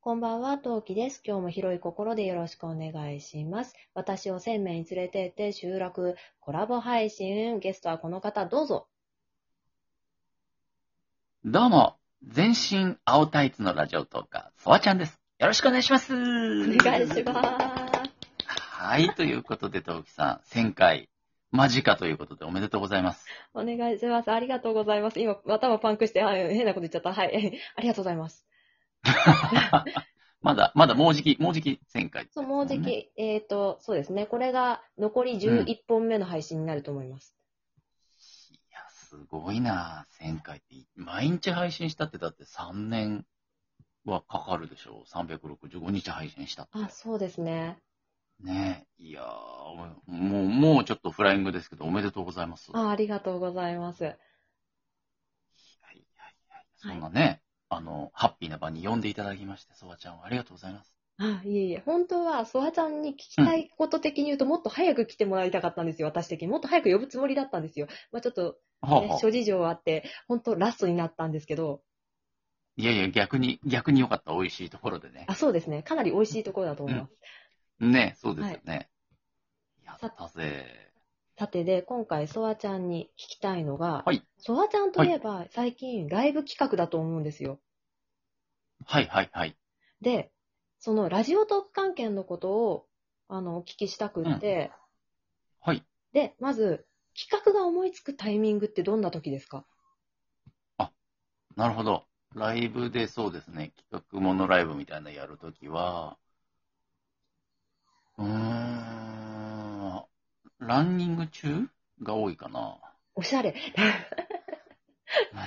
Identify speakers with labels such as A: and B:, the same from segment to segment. A: こんばんは、トウキです。今日も広い心でよろしくお願いします。私を1000名に連れてって集落コラボ配信。ゲストはこの方、どうぞ。
B: どうも、全身青タイツのラジオトーカー、ソワちゃんです。よろしくお願いします。お
A: お願いします。
B: す。はい、ということで、トウキさん、1000回、間近ということでおめでとうございます。
A: お願いします。ありがとうございます。今、頭パンクして、あ変なこと言っちゃった。はい。 ありがとうございます。
B: まだ、まだもうじき、もうじき1000回、
A: そう、もうじき、
B: ね
A: えっ、と、そうですね。これが残り11本目の配信になると思います。
B: いや、すごいな1000回って、毎日配信したってだって3年はかかるでしょう。365日配信したって。
A: あ、そうですね。
B: ねえ、いやーもう、もうちょっとフライングですけど、おめでとうございます。
A: あありがとうございます。
B: はいはいはい。そんなね、あの、ハッピーな場に呼んでいただきまして、ソワちゃんをありがとうございます。
A: あ、いえいえ、本当は、ソワちゃんに聞きたいこと的に言うと、もっと早く来てもらいたかったんですよ、私的に。もっと早く呼ぶつもりだったんですよ。まあちょっと、
B: は
A: ね、諸事情あって、本当ラストになったんですけど、
B: いやいや、逆に、逆に良かった、美味しいところでね
A: あ、。そうですね。かなり美味しいところだと思います。
B: ね、そうですよね。やったぜ。
A: さてで、今回、ソワちゃんに聞きたいのが、
B: はい
A: ソワちゃんといえば、最近、ライブ企画だと思うんですよ。
B: はいはいはい。
A: で、その、ラジオトーク関係のことを、あの、お聞きしたくって、
B: はい。
A: で、まず、企画が思いつくタイミングってどんな時ですか
B: なるほど。ライブでそうですね、企画ものライブみたいなのやるときは、うーん、ランニング中が多いかな。
A: おしゃれ。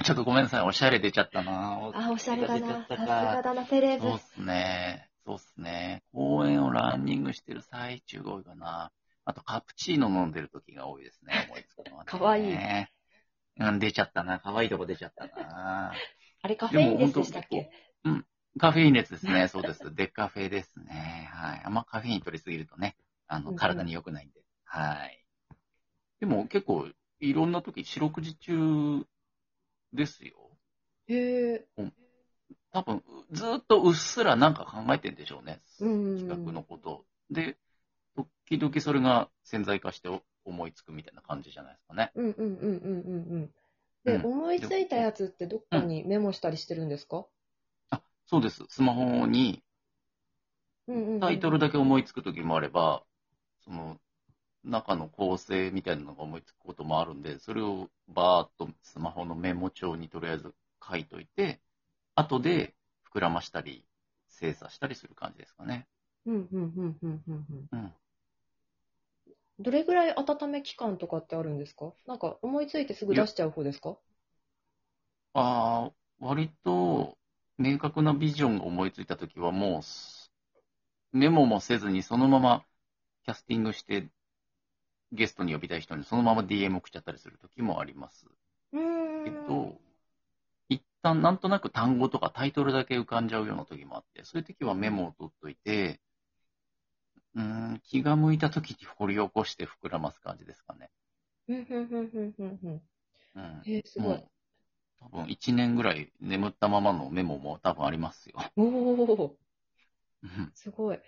B: ちょっとごめんなさい、おしゃれ出ちゃったな。
A: あ、おしゃれだな。さす
B: 出ちゃったか
A: がだな、セレブ
B: そうっ。すね。そうっすね。公園をランニングしてる最中が多いかな。あと、カプチーノ飲んでる時が多いですね。思いつくのはね。
A: かわいい
B: うん、出ちゃったな。かわいいとこ出ちゃったな。
A: あれ、カフェインレスでしたっ
B: でも
A: け
B: カフェイン熱ですね。そうです。デカフェですね。はい。あんまカフェイン取りすぎるとね、あ
A: うんう
B: の、
A: ん
B: 体に良くないんで。はい。でも結構、いろんな時、四六時中ですよ。
A: へえ。
B: 多分、ずーっとうっすらなんか考えてんでしょうね。
A: うん。
B: 企画のこと。で、時々それが潜在化して思いつくみたいな感じじゃないですかね。
A: うんうんうんうんうんうん。
B: うん
A: で、思いついたやつってどっかにメモしたりしてるんですか
B: そうです。スマホに
A: うんうん。
B: タイトルだ
A: け。
B: け思いつく時もあれば、その中の構成みたいなのが思いつくこともあるんで、それをバーっとスマホのメモ帳にとりあえず書いといて、後で膨らましたり、精査したりする感じですかね。
A: うんうんうんうんうんうん。
B: うん。
A: どれぐらい温め期間とかってあるんですかなんか思いついてすぐ出しちゃう方ですか
B: ああ、割と明確なビジョンが思いついたときはもうす、メモもせずにそのままキャスティングして、ゲストに呼びたい人にそのまま DM 送っちゃったりするときもあります
A: うーん。
B: けど、一旦なんとなく単語とかタイトルだけ浮かんじゃうようなときもあって、そういうときはメモを取っといて、うーん、気が向いたときに掘り起こして膨らます感じですかね。
A: うんうんうんうんうんうん。
B: うん。
A: へえ、すごい。
B: もう、多分1年ぐらい眠ったままのメモも多分ありますよ。
A: おおー。
B: うん
A: すごい。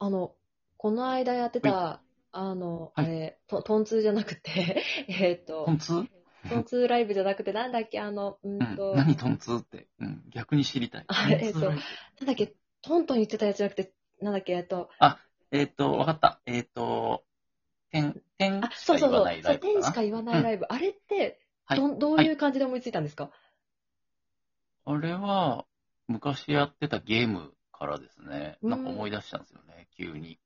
A: あの、この間やってた、あの、
B: はい
A: あれ、トトンツーじゃなくて、 えっと
B: ト、ンツ
A: トンツーライブじゃなくて、なんだっけ、あの、う
B: うんん
A: と、なん
B: 何トンツって。うん、逆に知りたい。
A: あ
B: トンツ
A: えっと
B: ライブ
A: だっけ、トントン言ってたやつじゃなくて、なんだっけ、えっと、
B: えっと、わかった。えっと、点、点
A: あ、
B: し
A: そう
B: か
A: そ
B: 言
A: うそ
B: わ
A: う
B: な、い
A: そ
B: ラ
A: う、
B: イブか
A: 天
B: な。
A: しか言わないライブ。あれって、
B: はい
A: どんどういう感じで思いついたんですか、
B: あれは、昔やってたゲームからですね、なんか思い出したんですよね、急に。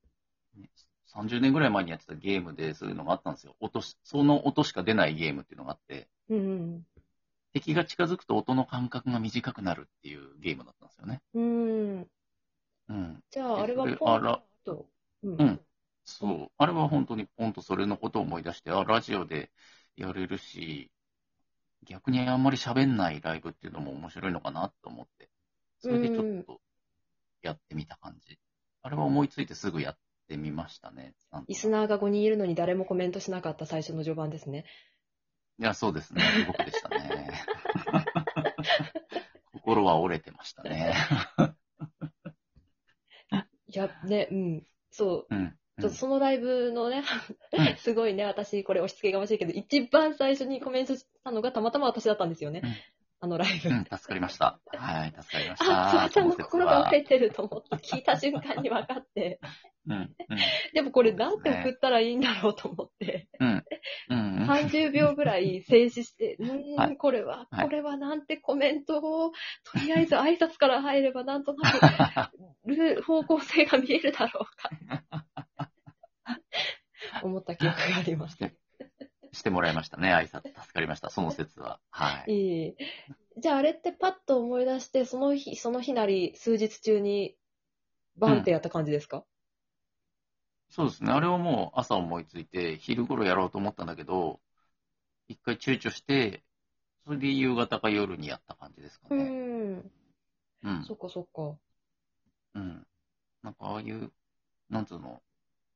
B: ね30年ぐらい前にやってたゲームで、そういうのがあったんですよ。音し、その音しか出ないゲームっていうのがあって、
A: うん
B: 敵が近づくと音の間隔が短くなるっていうゲームだったんですよね。
A: うん。うん。
B: うん。
A: じゃあ、あれは
B: え
A: ポ
B: あ
A: ン
B: ら
A: と。う
B: うんそう。あれは本当にポンとそれのことを思い出して、あ、ラジオでやれるし、逆にあんまり喋んないライブっていうのも面白いのかなと思って、それでちょっとやってみた感じ。あれは思いついてすぐやってみましたね。なんと
A: リスナーが5人いるのに誰もコメントしなかった最初の序盤ですね。
B: いや、そうですね。すごくでした ね。心は折れてましたね。
A: いや、ね、うん。そう。
B: うん。
A: ちょっとそのライブのね、
B: う ん
A: すごいね、私、これ押し付けがましいけど、一番最初にコメントしたのがたまたま私だったんですよね
B: うん。
A: あのライブ。
B: うん、助かりました。はい、助かりました。
A: あ、つばちゃんの心が折
B: れ
A: れてると思って、聞いた瞬間に分かって、
B: うん、うん、
A: でもこれなんて送ったらいいんだろうと思って、
B: うん、うん、うん。
A: 30秒ぐらい静止 して、う
B: は
A: ーん、
B: い
A: これは、
B: はい
A: これはなんてコメントを、とりあえず挨拶から入ればなんとな く、る方向性が見えるだろうか。思った記憶があります。
B: してもらいましたね、挨拶。助かりました、その説は。はい。
A: いい。じゃああれってパッと思い出して、その日、その日なり、数日中に、バンってやった感じですか、
B: そうですね、あれはもう朝思いついて、昼頃やろうと思ったんだけど、一回躊躇して、それで夕方か夜にやった感じですか
A: う
B: ね。
A: ん。
B: うん。
A: そっかそっか。
B: うん。なんかああいう、なんつうの、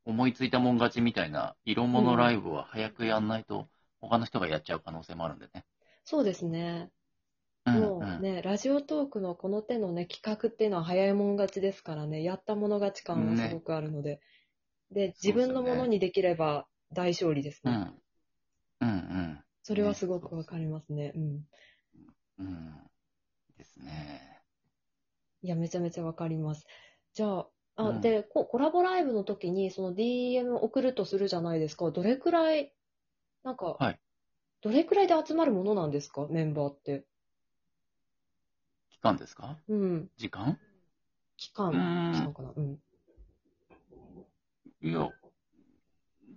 B: 思いついたもん勝ちみたいな、色物ライブは早くやんないと、他の人がやっちゃう可能性もあるんでね。
A: そうですね。
B: うん、
A: もうね、ラジオトークのこの手のね、企画っていうのは早いもん勝ちですからね、やったもの勝ち感がすごくあるので。で、自分のものにできれば大勝利です
B: うん、う
A: ね。
B: ん。うん、うん。
A: それはすごくわかりますね。うん。
B: うん。ですね。
A: いや、めちゃめちゃわかります。じゃあ、あ、
B: うん
A: でこ、コラボライブの時に、その DM 送るとするじゃないですか。どれくらい、なんか、
B: はい
A: どれくらいで集まるものなんですかメンバーって。
B: 期間ですか
A: うん。
B: 時間
A: 期
B: う
A: 間、期間
B: ん。
A: かな。うん。
B: いや、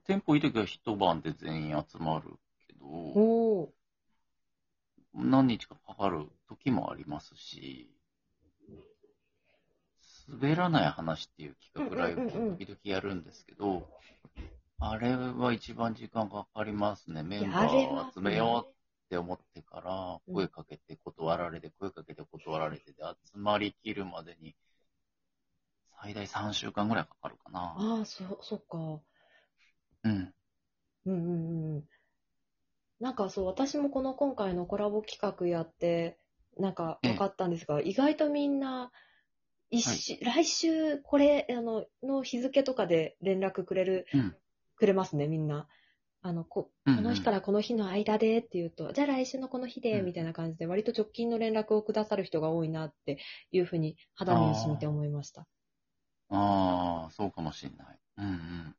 B: テンポいい時は一晩で全員集まるけど、
A: おー。
B: 何日かかかる時もありますし、滑らない話っていう企画ライブ
A: うんうんうんうん
B: を時々やるんですけど、あれは一番時間かかりますね。メンバ
A: やれま
B: ー
A: す
B: 集
A: ね
B: めようって思ってから
A: う、ん
B: 声かけて断られて、声かけて断られてで、集まりきるまでに、最大3週間ぐらいかかるかな。
A: ああ、そ、そっか。う
B: うん。
A: んうんうんうん。なんかそう、私もこの今回のコラボ企画やって、なんか分かったんですが、意外とみんな、一週、来週これ、あの、の日付とかで連絡くれる、
B: うん。
A: くれますね、みんな。あの、こ、こ
B: うんうん
A: の日からこの日の間でっていうと、じゃあ来週のこの日で、
B: うん
A: みたいな感じで、割と直近の連絡をくださる人が多いなっていうふうに肌身に染みて思いました。
B: ああ、そうかもしんない。うんうん。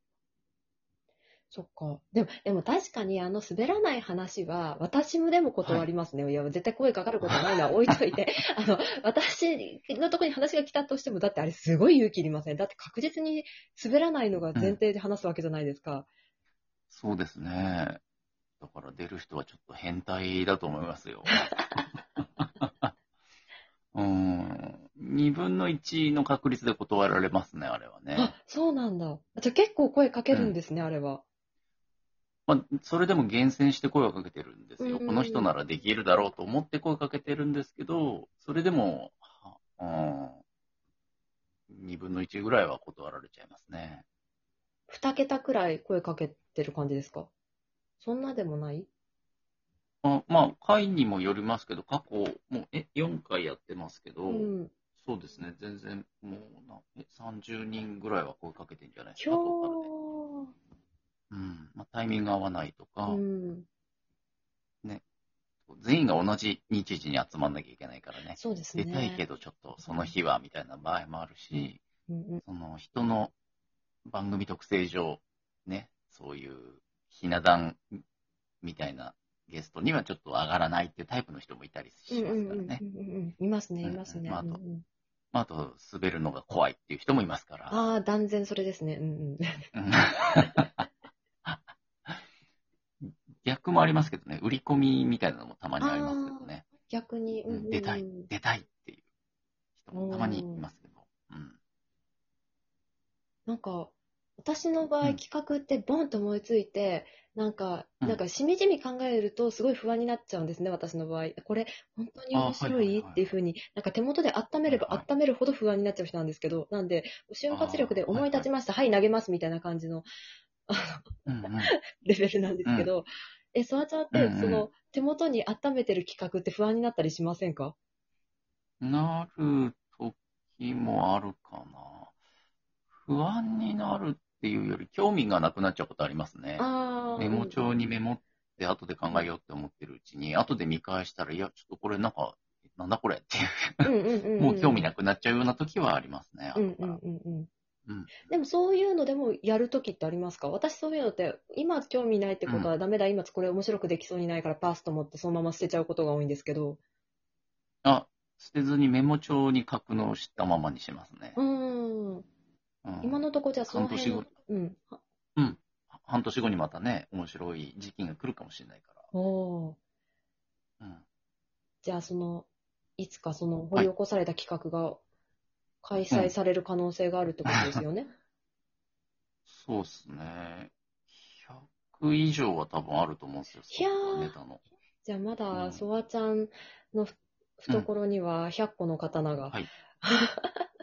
A: そっか。でも、でも確かにあの滑らない話は、私もでも断りますね。い、や、絶対声かかることない のは置いといて、あの、私のとこに話が来たとしても、だってあれすごい勇気いりません。だって確実に滑らないのが前提で話すわけじゃないですか。
B: そうですね。だから出る人はちょっと変態だと思いますよ。 うん。2分の1の確率で断られますね、あれはね
A: あ。、そうなんだ。じゃあ結構声かけるんですね、あれは。
B: まあ、それでも厳選して声をかけてるんですよ。
A: うんうん
B: この人ならできるだろうと思って声かけてるんですけど、それでも、はうん、2分の1ぐらいは断られちゃいますね。
A: 二桁くらい声かけてる感じですかそんなでもない
B: あまあ、回にもよりますけど、過去、もう、え、4回やってますけど、
A: うん。
B: そうですね、全然、もうな、え、30人ぐらいは声かけてんじゃないです
A: 今
B: か、
A: 日
B: トータルで。うん。まあ、タイミング合わないとか、
A: うん。
B: 全員が同じ日時に集まんなきゃいけないからね。
A: そうですね。
B: 出たいけど、ちょっと、その日は、みたいな場合もあるし、
A: うんうん
B: その、人の番組特性上、ね、そういう、ひな壇みたいなゲストにはちょっと上がらないっていうタイプの人もいたりしますからね。
A: うんうんうんうんうんいますね、いますね。
B: うんまああと
A: うんうん
B: まあ、あと、滑るのが怖いっていう人もいますから。
A: ああ、断然それですね。 うんうん。
B: うん 逆もありますけどね、売り込みみたいなのもたまにありますけどね。
A: 逆に、
B: うん
A: うんうん
B: 出たい
A: うん
B: 出たいっていう人もたまにいますけど。うん。
A: なんか、私の場合、
B: うん
A: 企画ってボンと思いついて、なんか、
B: うん
A: なんか、しみじみ考えると、すごい不安になっちゃうんですね、私の場合。これ、本当に面白
B: あはいはい
A: い
B: はい
A: っていうふうに、なんか手元で温めれば
B: はいはい
A: 温めるほど不安になっちゃう人なんですけど、なんで、瞬発力で思い立ちました、はい、投げますみたいな感じの
B: うんうん。
A: レベルなんですけど、え、ソワちゃんって、
B: うんうん
A: その、手元に温めてる企画って不安になったりしませんか
B: なる時もあるかな。興味がなくなっちゃうことありますね。
A: ああ。
B: メモ帳にメモって、後で考えようって思ってるうちに、後で見返したら、いや、ちょっとこれなんか、なんだこれっていう、
A: うんうんうんうん、
B: もう興味なくなっちゃうような時はありますね。
A: うんう
B: 後から
A: んうんうん
B: うん
A: でもそういうのでもやるときってありますか私そういうのって今興味ないってことはダメだ、今これ面白くできそうにないからパスと思ってそのまま捨てちゃうことが多いんですけど
B: あ、捨てずにメモ帳に格納したままにしますね。
A: うーん
B: うん
A: 今のとこじゃあその辺の
B: 半
A: うんあ
B: 半年後にまたね、面白い時期が来るかもしれないか
A: おー
B: ら。うん
A: じゃあそのいつかその掘り起こされた企画が開催される可能性があるってことですよね、
B: そうっすね。100以上は多分あると思うんですよ。
A: いやー
B: そのネタの。
A: じゃあま
B: う
A: だ
B: ん
A: ソワちゃんのふ懐には100個の刀が、
B: はい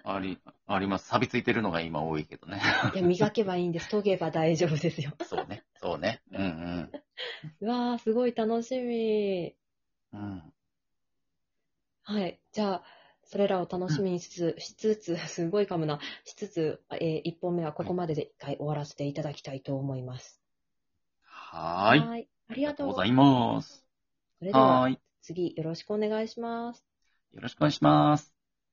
B: あり、あります。錆びついてるのが今多いけど ね。
A: いや磨けばいいんです研げば大丈夫ですよ
B: そうね。そうね。うん
A: うわー、すごい楽しみ。
B: うん。うん。
A: はい。じゃあ、それらを楽しみにしつつ、しつつ、 すごい噛むな、しつつ、えー、1本目はここまでで一回終わらせていただきたいと思います。
B: はーい。あ
A: い。ありがとう
B: りがとう
A: ご
B: ご
A: ざ
B: ざ
A: い
B: い
A: ま
B: ます。
A: す。それで
B: は
A: は、
B: ーい。
A: 次、よろしくお願いします。
B: よろしくお願いします。